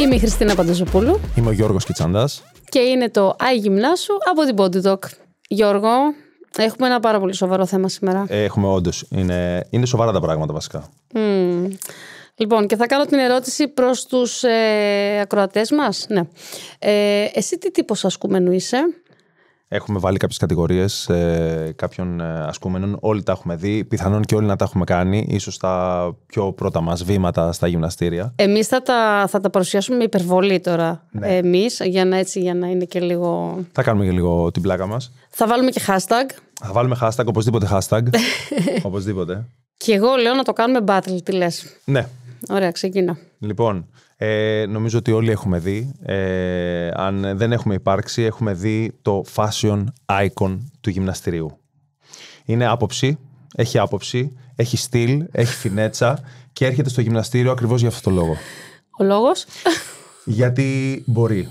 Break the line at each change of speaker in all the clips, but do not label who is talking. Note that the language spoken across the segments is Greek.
Είμαι η Χριστίνα Πανταζοπούλου
Είμαι ο Γιώργος Κιτσάντας.
και είναι το Άι Γυμνάσου από την Body Talk. Γιώργο, έχουμε ένα πάρα πολύ σοβαρό θέμα σήμερα.
Ε, Έχουμε όντως. Είναι, είναι σοβαρά τα πράγματα βασικά.
Μμμ. Λοιπόν, και θα κάνω την ερώτηση προς τους ε, ακροατές μας. Ναι. Ε, εσύ τι τύπος ασκούμενου είσαι.
Έχουμε βάλει κάποιες κατηγορίες ε, κάποιων ε, ασκούμενων. Όλοι τα έχουμε δει. Πιθανόν και όλοι να τα έχουμε κάνει. ίσως τα πιο πρώτα μας βήματα στα γυμναστήρια.
Εμείς θα τα, θα τα παρουσιάσουμε με υπερβολή τώρα. Εμείς, για να, έτσι, για να είναι και λίγο...
Θα κάνουμε και λίγο την πλάκα μας.
Θα βάλουμε και hashtag.
Θα βάλουμε hashtag, οπωσδήποτε hashtag. οπωσδήποτε.
Και εγώ λέω να το κάνουμε battle, τι λες.
Ναι.
Ωραία, ξεκινά.
Λοιπόν, ε, νομίζω ότι όλοι έχουμε δει. Ε, αν δεν έχουμε υπάρξει, έχουμε δει το fashion icon του γυμναστηρίου. Είναι άποψη, έχει άποψη, έχει στυλ, έχει φινέτσα και έρχεται στο γυμναστήριο ακριβώς για αυτό το λόγο.
Ο λόγος.
Γιατί μπορεί.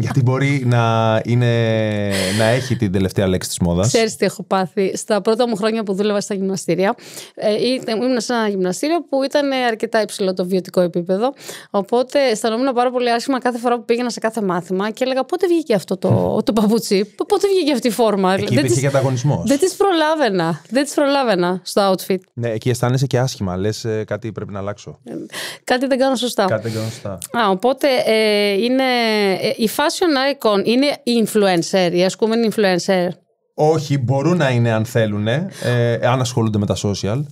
Γιατί μπορεί να, είναι, να έχει την τελευταία λέξη της μόδας.
Ξέρεις τι έχω πάθει. Στα πρώτα μου χρόνια που δούλευα στα γυμναστήρια, ε, ήταν- ήμουν σε ένα γυμναστήριο που ήταν ε, αρκετά υψηλό το βιωτικό επίπεδο. Οπότε αισθανόμουν πάρα πολύ άσχημα κάθε φορά που πήγαινα σε κάθε μάθημα και έλεγα πότε βγήκε αυτό το, το παπούτσι, πο- πότε βγήκε αυτή η φόρμα.
Εκεί υπήρχε
τις-
και ανταγωνισμός.
δεν τις προλάβαινα. Δεν τις προλάβαινα στο outfit.
Ναι, εκεί αισθάνεσαι και άσχημα. Λες ε, κάτι πρέπει να αλλάξω.
Κάτι δεν κάνω σωστά.
Κάτι δεν κάνω σωστά.
Α, οπότε ε, είναι, ε, η fashion icon είναι η influencer, η ασκούμενη influencer.
Όχι, μπορούν να είναι αν θέλουν, ε, ε, αν ασχολούνται με τα social.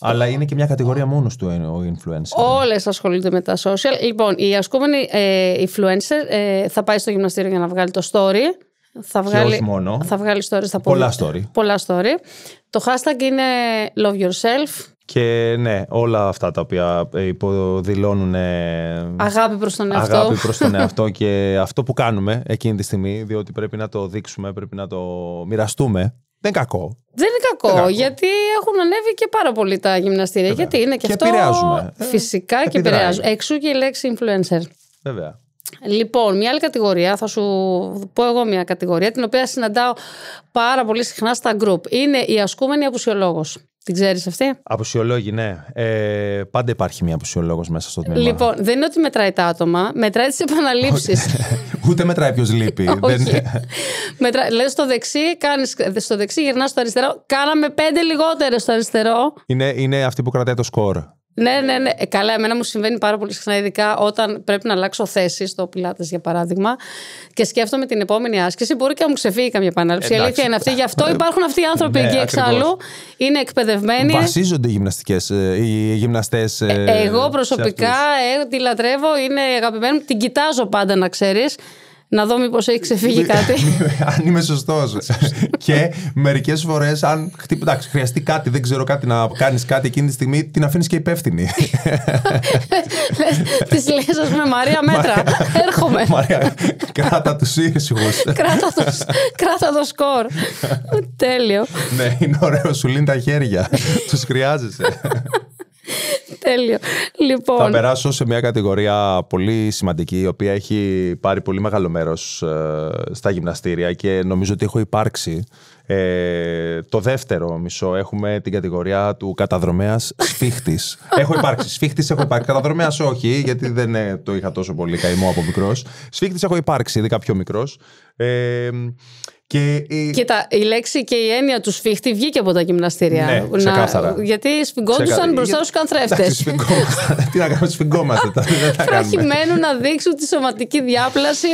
Αλλά είναι και μια κατηγορία μόνος του ε, ο influencer.
Όλες ασχολούνται με τα social. Λοιπόν, η ασκούμενη ε, influencer ε, θα πάει στο γυμναστήριο για να βγάλει το story. Θα βγάλει,
όχι μόνο.
Θα βγάλει stories στα
Πολλά
πόδια.
story.
Πολλά story. Το hashtag είναι love yourself.
Και ναι, όλα αυτά τα οποία ε, υποδηλώνουν ε,
Αγάπη προς τον εαυτό.
αγάπη προς τον εαυτό και αυτό που κάνουμε εκείνη τη στιγμή, διότι πρέπει να το δείξουμε, πρέπει να το μοιραστούμε. Δεν είναι κακό.
Δεν είναι κακό,
κακό.
γιατί έχουν ανέβει και πάρα πολύ τα γυμναστήρια.
Βέβαια.
Γιατί είναι και,
Και
αυτό.
επηρεάζουμε. Ε,
Φυσικά και
επιδράει.
επηρεάζουν. Εξού και η λέξη influencer.
Βέβαια.
Λοιπόν, μια άλλη κατηγορία, θα σου πω εγώ μια κατηγορία, την οποία συναντάω πάρα πολύ συχνά στα group. Είναι η ασκούμενη απουσιολόγος. Την ξέρεις αυτή?
Αποσιολόγοι, ναι. Ε, πάντα υπάρχει μια αποσιολόγος μέσα στο τμήμα.
Λοιπόν, δεν είναι ότι μετράει τα άτομα, μετράει τις επαναλήψεις.
Ούτε μετράει ποιος λείπει.
Όχι. Μετρά... Λες στο δεξί, κάνεις... στο δεξί γυρνάς στο αριστερό. Κάναμε πέντε λιγότερες στο αριστερό.
είναι, είναι αυτή που κρατάει το σκορ.
Ναι, ναι, ναι. Ε, Καλά, εμένα μου συμβαίνει πάρα πολύ συχνά, ειδικά όταν πρέπει να αλλάξω θέση στο πιλάτες, για παράδειγμα. Και σκέφτομαι την επόμενη άσκηση. Μπορεί και να μου ξεφύγει καμία επανάληψη. Η
Εντάξει.
αλήθεια είναι αυτή. Γι' αυτό υπάρχουν αυτοί οι άνθρωποι
Ναι,
εκεί
ακριβώς.
εξάλλου. Είναι εκπαιδευμένοι.
Βασίζονται οι γυμναστικές, ε, οι γυμναστές ε,
Εγώ
σε
προσωπικά
αυτούς.
ε, τη λατρεύω. Είναι αγαπημένη μου. Την κοιτάζω πάντα, να ξέρεις. Να δω μήπως έχει
Ναι.
ξεφύγει κάτι.
αν είμαι σωστός. και μερικές φορές, αν χτύπη, εντάξει, χρειαστεί κάτι, δεν ξέρω κάτι να κάνεις κάτι εκείνη τη στιγμή, την αφήνεις και υπεύθυνη.
Της λες, ας πούμε, Μαρία Μέτρα. Έρχομαι.
Μαρία, κράτα τους ήσυχους.
κράτα, το, κράτα το σκορ. Τέλειο.
ναι, είναι ωραίο, σου λύνει τα χέρια. τους χρειάζεσαι.
Τέλειο.
Θα
Λοιπόν.
περάσω σε μια κατηγορία πολύ σημαντική, η οποία έχει πάρει πολύ μεγάλο μέρος στα γυμναστήρια και νομίζω ότι έχω υπάρξει. Ε, το δεύτερο μισό έχουμε την κατηγορία του καταδρομέας σφίχτης. έχω υπάρξει. Σφίχτης έχω υπάρξει. Καταδρομέας όχι, γιατί δεν ε, το είχα τόσο πολύ καημό από μικρός. Σφίχτης έχω υπάρξει, ειδικά πιο μικρός. Ε, και ε, η-
Κοίτα, η λέξη και η έννοια του σφίχτη βγήκε από τα γυμναστήρια.
Ναι, ξεκάθαρα.
Γιατί
Ξεκα-
σφιγγόντουσαν μπροστά
Για-
στους καθρέφτες.
Εντάξει, σφιγγόμαστε. Τι να κάνουμε, σφιγγόμαστε. τώρα, δεν θα κάνουμε.
Προκειμένου να δείξουν τη σωματική διάπλαση.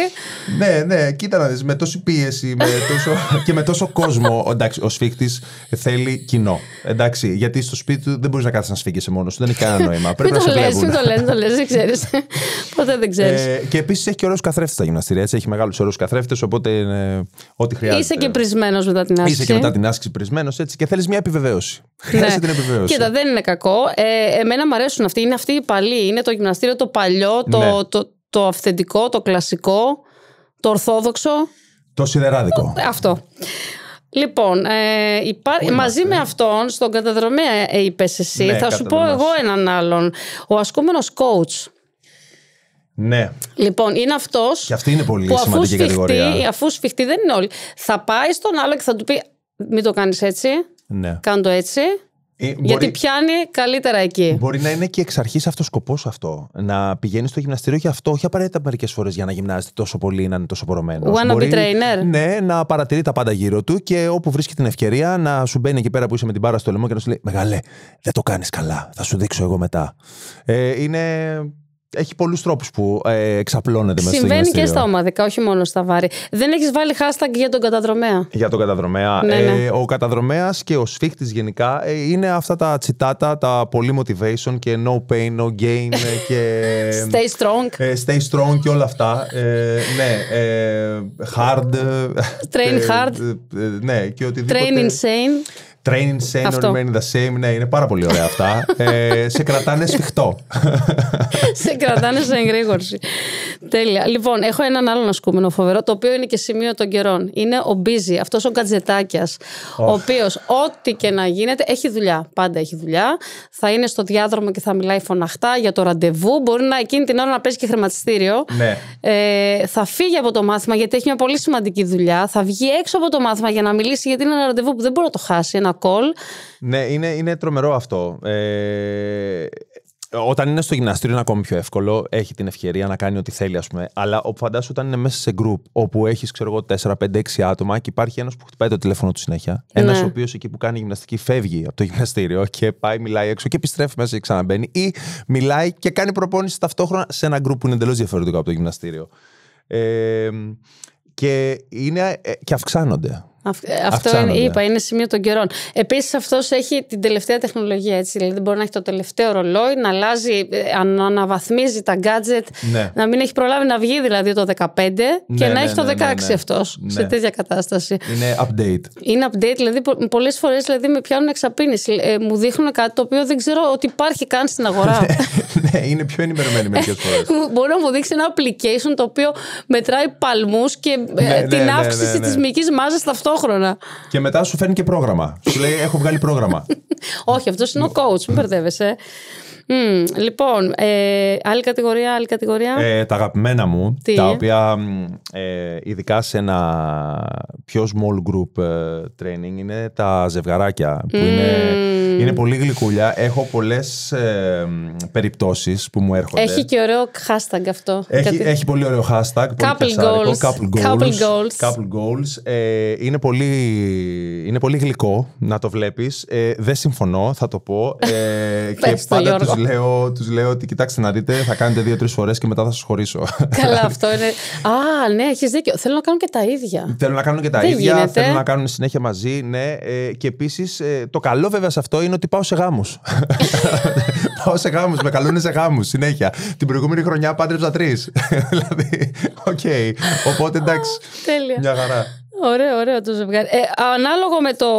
Ναι, ναι, κοίτα να δεις, με τόση πίεση με τόσο... και με τόσο κόσμο, εντάξει, ο σφίχτης θέλει κοινό, εντάξει, γιατί στο σπίτι του δεν μπορείς να κάθεσαι να σφίγγεσαι μόνος σου, δεν έχει κανένα νόημα, πρέπει
Μην
να
το
σε
λες, μην
βλέπουν.
το λες, μην το λες, δεν ξέρεις. Ποτέ δεν ξέρεις.
Ε, και επίσης έχει και ωραίους καθρέφτες στα γυμναστήρια. Έτσι. Έχει μεγάλους ωραίους καθρέφτες, οπότε ε, ό,τι χρειάζεται.
Είσαι και πρισμένος μετά την άσκηση.
Είσαι και μετά την άσκηση πρισμένος έτσι και θέλεις μια επιβεβαίωση.
Ναι.
Χρειάζεται την επιβεβαίωση.
Κοίτα, δεν είναι κακό. Ε, εμένα μου αρέσουν αυτοί. Είναι αυτοί οι παλιοί. Είναι το γυμναστήριο το παλιό, το,
Ναι.
το, το, αυθεντικό, το κλασικό, το ορθόδοξο.
Το σιδεράδικο.
Αυτό. Λοιπόν, ε, υπά- μαζί με αυτόν, στον καταδρομέα ε, είπες εσύ,
Ναι,
θα σου πω
καταδρομέας.
εγώ έναν άλλον. Ο ασκούμενος coach.
ναι.
Λοιπόν, είναι αυτός.
Και αυτή είναι πολύ
που αφού
σημαντική
σφιχτεί,
κατηγορία.
αφού σφιχτεί, δεν είναι όλοι. Θα πάει στον άλλο και θα του πει: Μην το κάνεις έτσι.
Ναι.
Κάν το έτσι.
Ε, μπορεί-
Γιατί πιάνει καλύτερα εκεί.
Μπορεί να είναι και εξ αρχής αυτός σκοπός αυτό. Να πηγαίνει στο γυμναστήριο και αυτό, όχι απαραίτητα μερικές φορές για να γυμνάζεται τόσο πολύ ή να είναι τόσο πορωμένο.
Wanna be trainer.
Ναι, να παρατηρεί τα πάντα γύρω του και όπου βρίσκει την ευκαιρία να σου μπαίνει εκεί πέρα που είσαι με την μπάρα στο λαιμό και να σου λέει Μεγαλέ, δεν το κάνεις καλά. Θα σου δείξω εγώ μετά. Ε, είναι. Έχει πολλούς τρόπους που ε, εξαπλώνεται μέσα στο
Συμβαίνει και
γυμναστήριο.
στα ομαδικά, όχι μόνο στα βάρη. Δεν έχεις βάλει hashtag για τον καταδρομέα.
Για τον καταδρομέα.
Ναι, ναι.
Ε, ο καταδρομέας και ο σφίχτης γενικά ε, είναι αυτά τα τσιτάτα, τα πολύ motivation και no pain, no gain ε, και.
Stay strong.
Ε, stay strong και όλα αυτά. Ε, ναι. ε, hard. ε,
Train
ε,
hard.
ε, ε, ναι, και οτιδήποτε.
Train insane.
Train insane
Αυτό.
or remain the same. Ναι, είναι πάρα πολύ ωραία αυτά. ε, σε κρατάνε σφιχτό.
σε κρατάνε σε εγρήγορση. Τέλεια. Λοιπόν, έχω έναν άλλον ασκούμενο φοβερό, το οποίο είναι και σημείο των καιρών. Είναι ο Μπίζη, αυτός ο κατζετάκια. Ο οποίος, ό,τι και να γίνεται, έχει δουλειά. Πάντα έχει δουλειά. Θα είναι στο διάδρομο και θα μιλάει φωναχτά για το ραντεβού. Μπορεί να εκείνη την ώρα να παίζει και χρηματιστήριο.
Ναι.
Ε, θα φύγει από το μάθημα γιατί έχει μια πολύ σημαντική δουλειά. Θα βγει έξω από το μάθημα για να μιλήσει, γιατί είναι ένα ραντεβού που δεν μπορεί να το χάσει. Ένα call.
Ναι, είναι, είναι τρομερό αυτό. Ε, όταν είναι στο γυμναστήριο είναι ακόμη πιο εύκολο. Έχει την ευκαιρία να κάνει ό,τι θέλει, ας πούμε. Αλλά ο- φαντάσου όταν είναι μέσα σε group όπου έχεις, ξέρω εγώ, 4, 5, 6 άτομα και υπάρχει ένας που χτυπάει το τηλέφωνο του συνέχεια. Ένα
Ναι.
ο οποίος εκεί που κάνει γυμναστική φεύγει από το γυμναστήριο και πάει, μιλάει έξω και επιστρέφει μέσα και ξαναμπαίνει. Ή μιλάει και κάνει προπόνηση ταυτόχρονα σε ένα group που είναι εντελώς διαφορετικό από το γυμναστήριο. Ε, και, είναι, ε, και αυξάνονται.
Αυ- ε, Αυτό
Αυξάνονται.
είναι, είπα, είναι σημείο των καιρών. Επίσης, αυτός έχει την τελευταία τεχνολογία. Έτσι, δηλαδή, μπορεί να έχει το τελευταίο ρολόι, να αλλάζει, ε, να αναβαθμίζει τα gadget,
Ναι.
να μην έχει προλάβει να βγει δηλαδή το 15 και
Ναι,
να
ναι,
έχει το 16
ναι, ναι, ναι.
αυτός σε
Ναι.
τέτοια κατάσταση.
Είναι update.
Είναι update, δηλαδή πολλές φορές δηλαδή, με πιάνουν εξαπίνηση. Ε, μου δείχνουν κάτι το οποίο δεν ξέρω ότι υπάρχει καν στην αγορά.
ναι, είναι πιο ενημερωμένοι μερικές φορές.
Μου- Μπορεί να μου δείξει ένα application το οποίο μετράει παλμούς και ε,
Ναι, ναι,
την
ναι, ναι,
αύξηση
ναι.
της μυϊκής μάζας ταυτόχρονα.
Και μετά σου φέρνει και πρόγραμμα. Σου λέει: Έχω βγάλει πρόγραμμα.
Όχι, αυτός είναι ο coach, μην μπερδεύεσαι. Μμμ, λοιπόν, ε, άλλη κατηγορία, άλλη κατηγορία.
ε, τα αγαπημένα μου,
Τι?
τα οποία μ, ε, ειδικά σε ένα πιο small group ε, training είναι τα ζευγαράκια. Που είναι, είναι πολύ γλυκούλια. Έχω πολλές ε, περιπτώσεις που μου έρχονται.
έχει και ωραίο hashtag αυτό.
ναι. Έχει,
Κάτι-
έχει πολύ ωραίο hashtag. Πολύ
Couple
πιασάρικο.
goals.
Couple goals.
Couple goals.
Couple goals. Ε, είναι, πολύ, είναι πολύ γλυκό να το βλέπεις. Ε, δεν συμφωνώ, θα το πω. Ε, και
Πες το,
πάντα
Γιώργο.
τους λέω, τους λέω ότι κοιτάξτε να δείτε, θα κάνετε δύο-τρει φορές και μετά θα σας χωρίσω.
Καλά, αυτό είναι. Α, ναι, έχεις δίκιο. Θέλω να κάνω και τα ίδια.
Θέλουν να κάνουν και τα
Δεν
ίδια,
γίνεται.
θέλουν να κάνουν συνέχεια μαζί, ναι. Ε, και επίσης, το καλό βέβαια σε αυτό είναι ότι πάω σε γάμους. πάω σε γάμους, με καλούν σε γάμους συνέχεια. Την προηγούμενη χρονιά πάντρεψα τρεις. δηλαδή, οκ. Οπότε εντάξει.
Τέλεια.
Μια χαρά.
Ωραίο, ωραίο το ζευγάρι. Ε, ανάλογο με, το,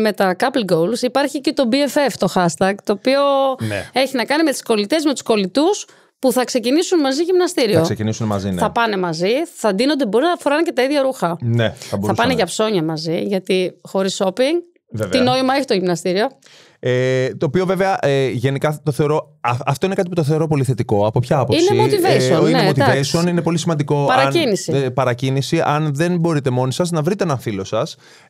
με τα couple goals υπάρχει και το BFF το hashtag, το οποίο
Ναι.
έχει να κάνει με τις κολλητές, με τους κολλητούς που θα ξεκινήσουν μαζί γυμναστήριο.
Θα ξεκινήσουν μαζί, ναι.
Θα πάνε μαζί, θα ντύνονται, μπορεί να φοράνε και τα ίδια ρούχα.
Ναι, θα,
Θα
μπορούσαν.
πάνε για ψώνια μαζί, γιατί χωρίς shopping.
Βέβαια.
Τι νόημα έχει το γυμναστήριο.
Ε, το οποίο βέβαια ε, γενικά το θεωρώ. α- αυτό είναι κάτι που το θεωρώ πολύ θετικό. Από ποια άποψη. Ε,
Είναι motivation,
είναι
ναι,
motivation,
εντάξει.
είναι πολύ σημαντικό.
Παρακίνηση.
Αν, ε, παρακίνηση. Αν δεν μπορείτε μόνοι σας, να βρείτε έναν φίλο σας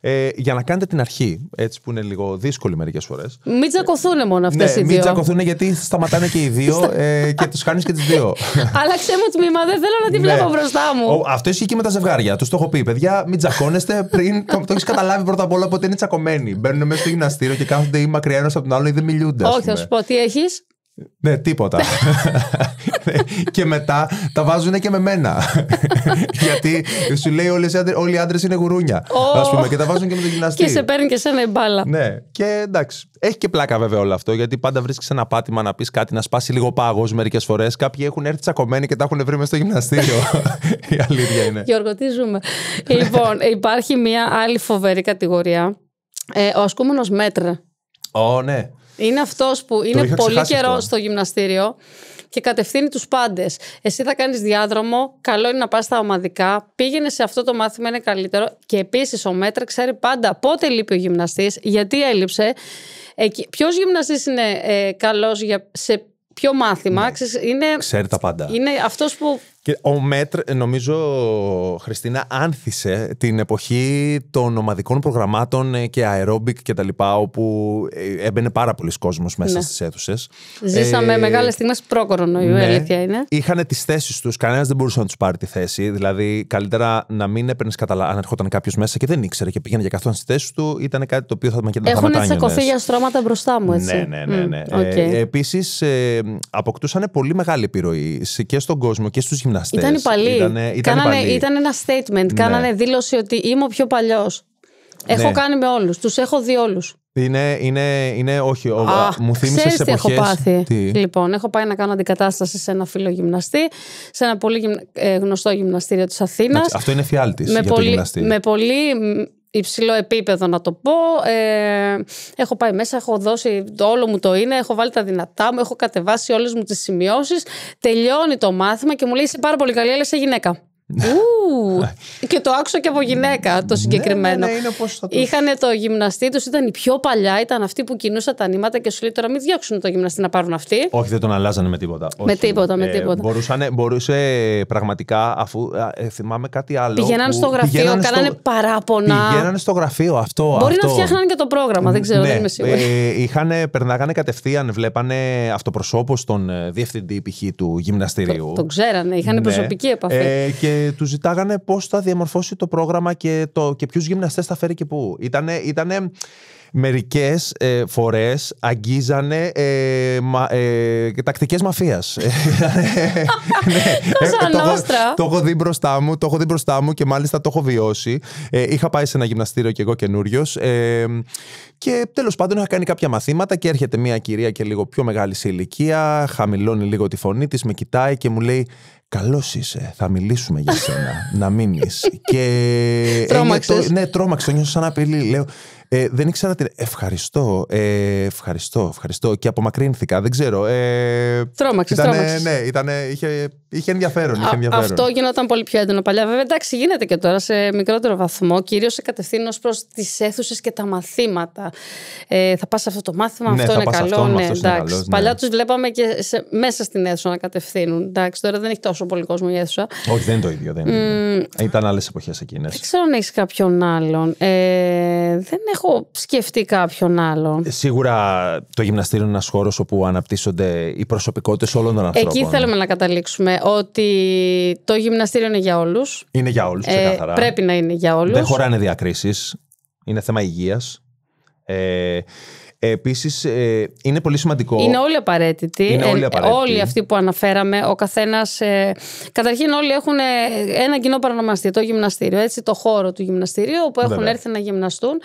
ε, για να κάνετε την αρχή. Έτσι που είναι λίγο δύσκολη μερικές φορές.
Μην τσακωθούν μόνο αυτές
Ναι,
οι
μην
δύο.
τσακωθούν γιατί σταματάνε και οι δύο ε, και τους κάνει και τις δύο.
Άλλαξε μου τμήμα, δεν θέλω να τη
Ναι.
βλέπω μπροστά μου.
Ο- αυτό ισχύει και με τα ζευγάρια. Τους το έχω πει, παιδιά, μην τσακώνεστε πριν. το, το έχεις καταλάβει πρώτα απ' όλα ότι είναι τσακωμένοι. Μπαίνουν μέσα στο γυμναστήριο και κάθονται ή μακριά ένας από τον άλλο ή δεν μιλούνται. ας
Όχι, θα
πούμε.
σου πω, τι έχεις.
Ναι, τίποτα. και μετά τα βάζουν και με μένα. Γιατί σου λέει όλες οι άντρες, όλοι οι άντρες είναι γουρούνια.
Ω.
Ας πούμε, και τα βάζουν και με τον γυμναστή.
Και σε παίρνει και σένα η μπάλα.
Ναι, και εντάξει. Έχει και πλάκα βέβαια όλο αυτό, γιατί πάντα βρίσκεις ένα πάτημα να πεις κάτι, να σπάσει λίγο πάγος μερικές φορές. Κάποιοι έχουν έρθει τσακωμένοι και τα έχουν βρει μέσα στο γυμναστήριο. Η αλήθεια είναι.
Γιώργο, τι ζούμε. λοιπόν, υπάρχει μια άλλη φοβερή κατηγορία. Ε, ο ασκούμενος μέτρ.
Ω, ναι.
Είναι αυτός που
είχα
είναι πολύ
ξεχάσει
καιρό
αυτό.
στο γυμναστήριο και κατευθύνει τους πάντες. Εσύ θα κάνεις διάδρομο, καλό είναι να πας στα ομαδικά, πήγαινε σε αυτό το μάθημα, είναι καλύτερο. Και επίσης ο μέτρα ξέρει πάντα πότε λείπει ο γυμναστής, γιατί έλειψε. Ποιος γυμναστής
Ναι.
είναι ε, καλός σε ποιο μάθημα, ξέρεις, είναι,
Ξέρει τα πάντα.
είναι αυτός που
Και ο Μέτρ, νομίζω, Χριστίνα, άνθησε την εποχή των ομαδικών προγραμμάτων ε, και αερόμπικ και τα λοιπά, όπου ε, έμπαινε πάρα πολλοί κόσμος μέσα
Ναι.
στις αίθουσες.
Ζήσαμε
Ε,
μεγάλες στιγμές προ-κορονοϊού, η
ναι.
αλήθεια είναι.
Είχαν τις θέσεις τους. Κανένας δεν μπορούσε να τους πάρει τη θέση. Δηλαδή, καλύτερα να μην έπαιρνες καταλά. Αν ερχόταν κάποιος μέσα και δεν ήξερε και πήγαινε και καθόταν στη θέση του, ήταν κάτι το οποίο θα με θα
Έχουν
μετάνιωνες.
τσακωθεί για στρώματα μπροστά μου, έτσι.
Ναι, ναι, ναι. ναι.
Μμ, οκ.
Επίσης, αποκτούσαν πολύ μεγάλη επιρροή σε- και στον κόσμο και στους γυμναστές.
Ήταν υπαλλήλοι.
Ήτανε, ήταν
Κάνανε-
υπαλλήλοι.
ήταν ένα statement. Κάνανε δήλωση ότι είμαι ο πιο παλιός. Έχω
Ναι.
κάνει με όλους. Τους έχω δει όλους.
Είναι, είναι, είναι, όχι. ο- μου θύμισες σε
τι έχω
εποχές...
πάθει.
Τι?
Λοιπόν, έχω πάει να κάνω αντικατάσταση σε ένα φίλο γυμναστή, σε ένα πολύ γυμνα- ε, γνωστό γυμναστήριο της Αθήνας.
Εντάξει, Αυτό είναι φιάλτης
με
για το
πολύ,
γυμναστή. Ναι,
με πολύ μ, υψηλό επίπεδο να το πω ε, έχω πάει μέσα, έχω δώσει το όλο μου το είναι, έχω βάλει τα δυνατά μου έχω κατεβάσει όλες μου τις σημειώσεις τελειώνει το μάθημα και μου λέει είσαι πάρα πολύ καλή αλλά είσαι γυναίκα Ου, και το άκουσα και από γυναίκα το συγκεκριμένο.
ναι, είναι όπως θα το-
Είχαν το γυμναστή τους, ήταν η πιο παλιά, ήταν αυτή που κινούσα τα νήματα και σου λέει τώρα μην διώξουν το γυμναστή να πάρουν αυτοί.
Όχι, δεν τον αλλάζανε με τίποτα.
Με
Όχι. ε,
τίποτα, με τίποτα.
μπορούσανε- μπορούσε πραγματικά, αφού α, ε, θυμάμαι κάτι άλλο.
Πηγαίναν
που
στο γραφείο,
πηγαίνανε
κάνανε
στο-
παράπονα.
Πηγαίνανε στο γραφείο, αυτό.
Μπορεί
αυτό.
να φτιάχναν και το πρόγραμμα, δεν ξέρω, δεν είμαι σίγουρη.
ε, είχανε, περνάγανε κατευθείαν, βλέπανε αυτοπροσώπο στον ε, διευθυντή π.χ. του γυμναστηρίου.
Τον ξέρανε, είχαν
Ναι.
προσωπική επαφή.
Ε, και του ζητάγανε πώς θα διαμορφώσει το πρόγραμμα και, το, και ποιους γυμναστές θα φέρει και πού. Ήτανε, ήτανε μερικές ε, φορές αγγίζανε ε, μα, ε, τακτικές μαφίας.
Cosa
ε, το, έχω-
Nostra.
το έχω δει μπροστά μου, το έχω δει μπροστά μου και μάλιστα το έχω βιώσει. Ε, είχα πάει σε ένα γυμναστήριο και εγώ καινούριος. Ε, και τέλος πάντων είχα κάνει κάποια μαθήματα και έρχεται μια κυρία και λίγο πιο μεγάλη σε ηλικία, χαμηλώνει λίγο τη φωνή της, με κοιτάει και μου λέει. Καλός είσαι, θα μιλήσουμε για σένα, να μείνεις. και.
Τρόμαξες.
ένιωθω- ναι, τρόμαξε, το νιώσω σαν απειλή. Λέω, ε, δεν ήξερα τι. Ευχαριστώ, ε, ευχαριστώ, ευχαριστώ. Και απομακρύνθηκα, δεν ξέρω. Ε,
Τρόμαξες,
ήτανε-
τρόμαξες.
Ναι, ήτανε, είχε, είχε ενδιαφέρον. είχε
Α-
ενδιαφέρον.
αυτό γινόταν πολύ πιο έντονο παλιά. Βέβαια, εντάξει, γίνεται και τώρα σε μικρότερο βαθμό, κυρίως σε κατευθείαν ως προς τις αίθουσες και τα μαθήματα. Ε, θα πας σε αυτό το μάθημα,
Ναι,
αυτό
θα
είναι
πας σε
καλό.
αυτό,
ναι,
αυτός είναι
εντάξει.
καλός, ναι.
Παλιά τους βλέπαμε και σε, μέσα στην αίθουσα να κατευθύνουν. Εντάξει, τώρα δεν έχει τόσο πολύ κόσμο η αίθουσα.
Όχι, δεν είναι το ίδιο. Δεν είναι. το ίδιο. Ε, Ήταν άλλες εποχές εκείνες.
Δεν ξέρω αν έχεις κάποιον άλλον. Ε, δεν έχω σκεφτεί κάποιον άλλον.
Σίγουρα το γυμναστήριο είναι ένας χώρος όπου αναπτύσσονται οι προσωπικότητες όλων των ανθρώπων.
Εκεί θέλουμε να καταλήξουμε ότι το γυμναστήριο είναι για όλους.
Είναι για όλους, ξεκάθαρα.
Ε, πρέπει να είναι για όλους.
Δεν χωράνε διακρίσεις. Είναι θέμα υγείας. Ε, Επίσης, είναι πολύ σημαντικό.
Είναι όλοι απαραίτητοι.
Είναι όλοι
Ε,
απαραίτητοι.
όλοι αυτοί που αναφέραμε, ο καθένας. καταρχήν, όλοι έχουν ε, ένα κοινό παρανομαστή, το γυμναστήριο. Έτσι, το χώρο του γυμναστηρίου όπου έχουν
Βέβαια.
έρθει να γυμναστούν.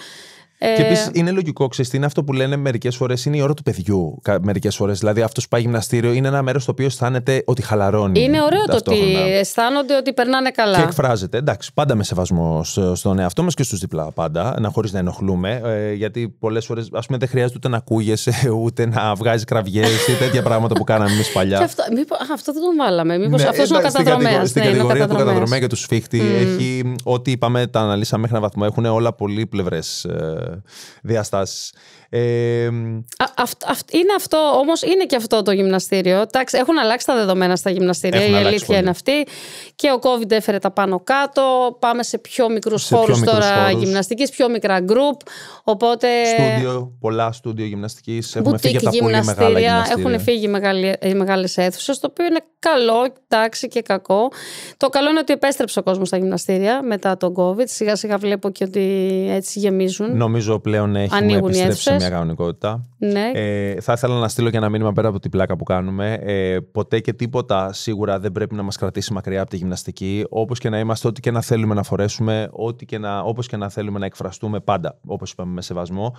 Ε,
Και επίσης είναι λογικό, ξέρεις, είναι αυτό που λένε μερικές φορές, είναι η ώρα του παιδιού. Μερικές φορές. Δηλαδή, αυτός που πάει γυμναστήριο είναι ένα μέρος το οποίο αισθάνεται ότι χαλαρώνει.
είναι ωραίο το ότι
ταυτόχρονα.
αισθάνονται ότι περνάνε καλά.
Και εκφράζεται. Εντάξει, πάντα με σεβασμό σ- στον εαυτό μας και στους διπλά πάντα, να χωρίς να ενοχλούμε. ε, γιατί πολλές φορές, ας πούμε, δεν χρειάζεται ούτε να ακούγεσαι, ούτε να βγάζεις κραυγές ή τέτοια πράγματα που κάναμε εμείς παλιά.
Και αυτό, μήπως- α, αυτό δεν το βάλαμε. Μήπως
Ναι,
αυτός είναι ο
εντάξει, στην
καταδρομέα.
κατηγορία- Στην
Ναι, είναι ο
κατηγορία του
καταδρομέας.
καταδρομέα και του σφίχτη έχει ό,τι είπαμε, τα αναλύσαμε μέχρι ένα βαθμό. Έχουν όλα πολύπλευρε ε, διαστάσεις. Ε,
Α, αυτ- αυτ- είναι αυτό, όμως είναι και αυτό το γυμναστήριο. Εντάξει, έχουν αλλάξει τα δεδομένα στα γυμναστήρια,
Έχουν
η
αλλάξει
αλήθεια
πολύ.
είναι αυτή. Και ο COVID έφερε τα πάνω κάτω. Πάμε σε πιο μικρούς
Σε πιο
χώρους
μικρούς
τώρα
χώρους.
γυμναστικής, πιο μικρά γκρουπ. Οπότε.
στούντιο, πολλά στούντιο γυμναστικής. Έχουμε φύγει
μπουτίκ
από τα πολύ μεγάλα
γυμναστήρια,
γυμναστήρια.
έχουν φύγει οι μεγάλες αίθουσες, το οποίο είναι καλό, τάξη και κακό. Το καλό είναι ότι επέστρεψε ο κόσμος στα γυμναστήρια μετά τον COVID. Σιγά σιγά βλέπω και ότι έτσι γεμίζουν.
Νομίζω πλέον έχουμε
Ανοίγουν οι
επιστρέψει σε
αίθουσες.
μια κανονικότητα.
Ναι.
Ε, θα ήθελα να στείλω και ένα μήνυμα πέρα από την πλάκα που κάνουμε. Ε, ποτέ και τίποτα σίγουρα δεν πρέπει να μας κρατήσει μακριά από τη γυμναστική. Όπως και να είμαστε, ό,τι και να θέλουμε να φορέσουμε, ό,τι και να, όπως και να θέλουμε να εκφραστούμε πάντα, όπως είπαμε, με σεβασμό.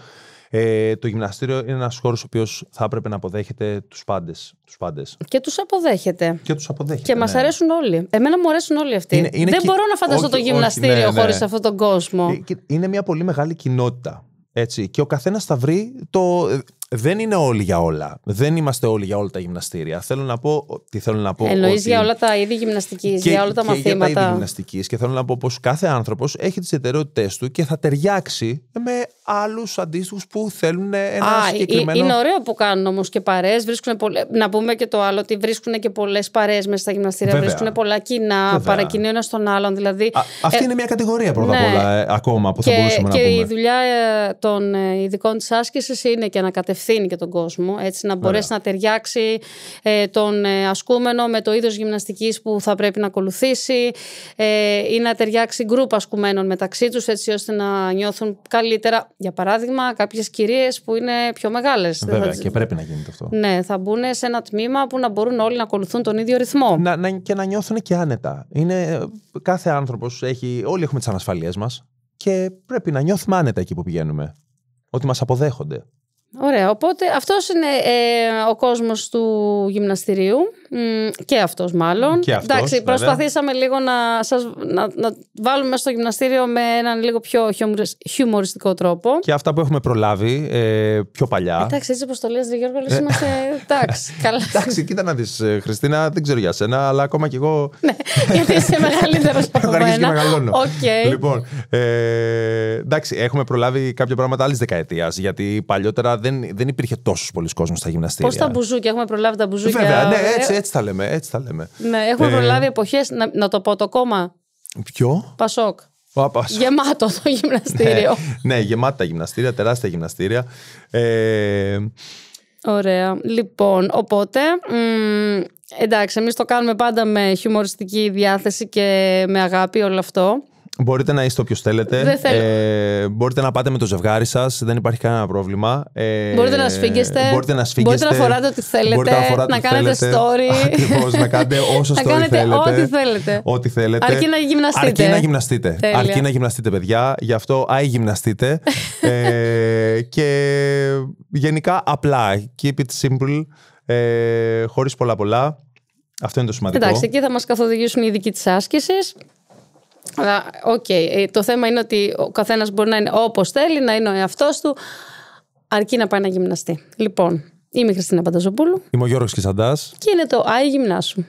Ε, το γυμναστήριο είναι ένας χώρος ο οποίος θα έπρεπε να αποδέχεται τους πάντες. Τους πάντες.
Και τους αποδέχεται.
Και τους αποδέχεται.
Και μας
ναι.
αρέσουν όλοι. Εμένα μου αρέσουν όλοι αυτοί.
Είναι- είναι
Δεν
και-
μπορώ να φανταστώ
όχι,
το
όχι,
γυμναστήριο
ναι, Ε, ναι.
χωρίς αυτόν τον κόσμο.
Ε, και Είναι μια πολύ μεγάλη κοινότητα. Έτσι. Και ο καθένας θα βρει το. δεν είναι όλοι για όλα. Δεν είμαστε όλοι για όλα τα γυμναστήρια. Θέλω να πω. Τι θέλω να πω.
Εννοείς
ότι-
για όλα τα είδη γυμναστικής, για όλα τα
και
μαθήματα.
Για τα είδη γυμναστικής. Και θέλω να πω πως κάθε άνθρωπος έχει τις ιδιαιτερότητές του και θα ταιριάξει με άλλους αντίστοιχους που θέλουν ένα
Α, ε-
συγκεκριμένο.
είναι ωραίο που κάνουν όμως και παρέες. Πολλέ... Να πούμε και το άλλο ότι βρίσκουν και πολλές παρέες μέσα στα γυμναστήρια.
Βέβαια.
Βρίσκουν πολλά κοινά,
Βέβαια.
παρακινεί ο ένας τον άλλον. Δηλαδή,
Α, αυτή είναι μια κατηγορία πρώτα
ναι.
απ' όλα ε, ακόμα που θα
και,
μπορούσαμε
και
να
η
πούμε.
δουλειά ε, των ε, ειδικών της άσκησης είναι και να κατευθύνει και τον κόσμο, έτσι να μπορέσει να ταιριάξει ε, τον ε, ασκούμενο με το είδος γυμναστικής που θα πρέπει να ακολουθήσει ε, ή να ταιριάξει γκρουπ ασκουμένων μεταξύ τους έτσι ώστε να νιώθουν καλύτερα. Για παράδειγμα, κάποιες κυρίες που είναι πιο μεγάλες. δεν
Βέβαια,
θα-
και πρέπει να γίνεται αυτό.
Ναι, θα μπουν σε ένα τμήμα που να μπορούν όλοι να ακολουθούν τον ίδιο ρυθμό.
Να, να, και να νιώθουν και άνετα. Είναι, ε, κάθε άνθρωπος έχει. Όλοι έχουμε τις ανασφαλίες μας και πρέπει να νιώθουμε άνετα εκεί που πηγαίνουμε. Ότι μας αποδέχονται.
Ωραία, οπότε αυτός είναι ε, ο κόσμος του γυμναστηρίου Μ, και αυτός μάλλον.
Και αυτός,
Εντάξει,
βέβαια.
προσπαθήσαμε λίγο να, σας, να, να βάλουμε στο γυμναστήριο με έναν λίγο πιο χιουμορις- χιουμοριστικό τρόπο.
Και αυτά που έχουμε προλάβει ε, πιο παλιά.
Εντάξει, έτσι όπως το λες, ρε Γιώργο,
Ε.
λες είμαστε... Εντάξει, καλά.
Εντάξει, κοίτα να δεις, Χριστίνα, δεν ξέρω για σένα, αλλά ακόμα κι εγώ.
Γιατί είσαι μεγαλύτερος από
Έχω αρχίσει και
μένα.
μεγαλώνω.
Οκ.
Λοιπόν, ε, εντάξει, έχουμε προλάβει κάποια πράγματα άλλης δεκαετίας. Γιατί παλιότερα δεν, δεν υπήρχε τόσος πολλοί κόσμος στα γυμναστήρια.
Πώς τα μπουζούκια, έχουμε προλάβει τα μπουζούκια. ε,
Βέβαια, ναι, έτσι, έτσι τα λέμε. Έτσι τα λέμε.
Ναι, έχουμε
Ε,
προλάβει εποχές, να, να το πω το κόμμα,
Ποιο?
Πασόκ.
Ο Απάς.
Γεμάτο το γυμναστήριο.
ναι, γεμάτα τα γυμναστήρια, τεράστια γυμναστήρια. Ε,
Ωραία. Λοιπόν, οπότε. μ, εντάξει, εμείς το κάνουμε πάντα με χιουμοριστική διάθεση και με αγάπη όλο αυτό.
μπορείτε να είστε όποιος θέλετε.
Δεν θέλω.
Ε, μπορείτε να πάτε με το ζευγάρι σας, δεν υπάρχει κανένα πρόβλημα. Ε,
Μπορείτε να σφίγγεστε.
Μπορείτε να σφίγγεστε.
Μπορείτε να φοράτε ό,τι θέλετε,
Μπορείτε να, φοράτε
να
ό,τι
κάνετε
θέλετε.
story.
Ακριβώς, να κάνετε όσο
Να
story
κάνετε
θέλετε.
ό,τι θέλετε.
Ό,τι θέλετε.
Αρκεί να γυμναστείτε.
Αρκεί να γυμναστείτε.
Τέλεια.
Αρκεί να γυμναστείτε, παιδιά. Γι' αυτό άι γυμναστείτε. ε, και γενικά απλά. Keep it simple. Ε, Χωρίς πολλά πολλά. Αυτό είναι το σημαντικό.
Εντάξει, εκεί θα μας καθοδηγήσουν οι ειδικοί της άσκησης. Αλλά, οκ. ε, το θέμα είναι ότι ο καθένας μπορεί να είναι όπως θέλει, να είναι ο εαυτός του, αρκεί να πάει να γυμναστεί. Λοιπόν, είμαι η Χριστίνα Πανταζοπούλου
Είμαι ο Γιώργος Κισαντάς.
και είναι το Άι Γυμνάσου.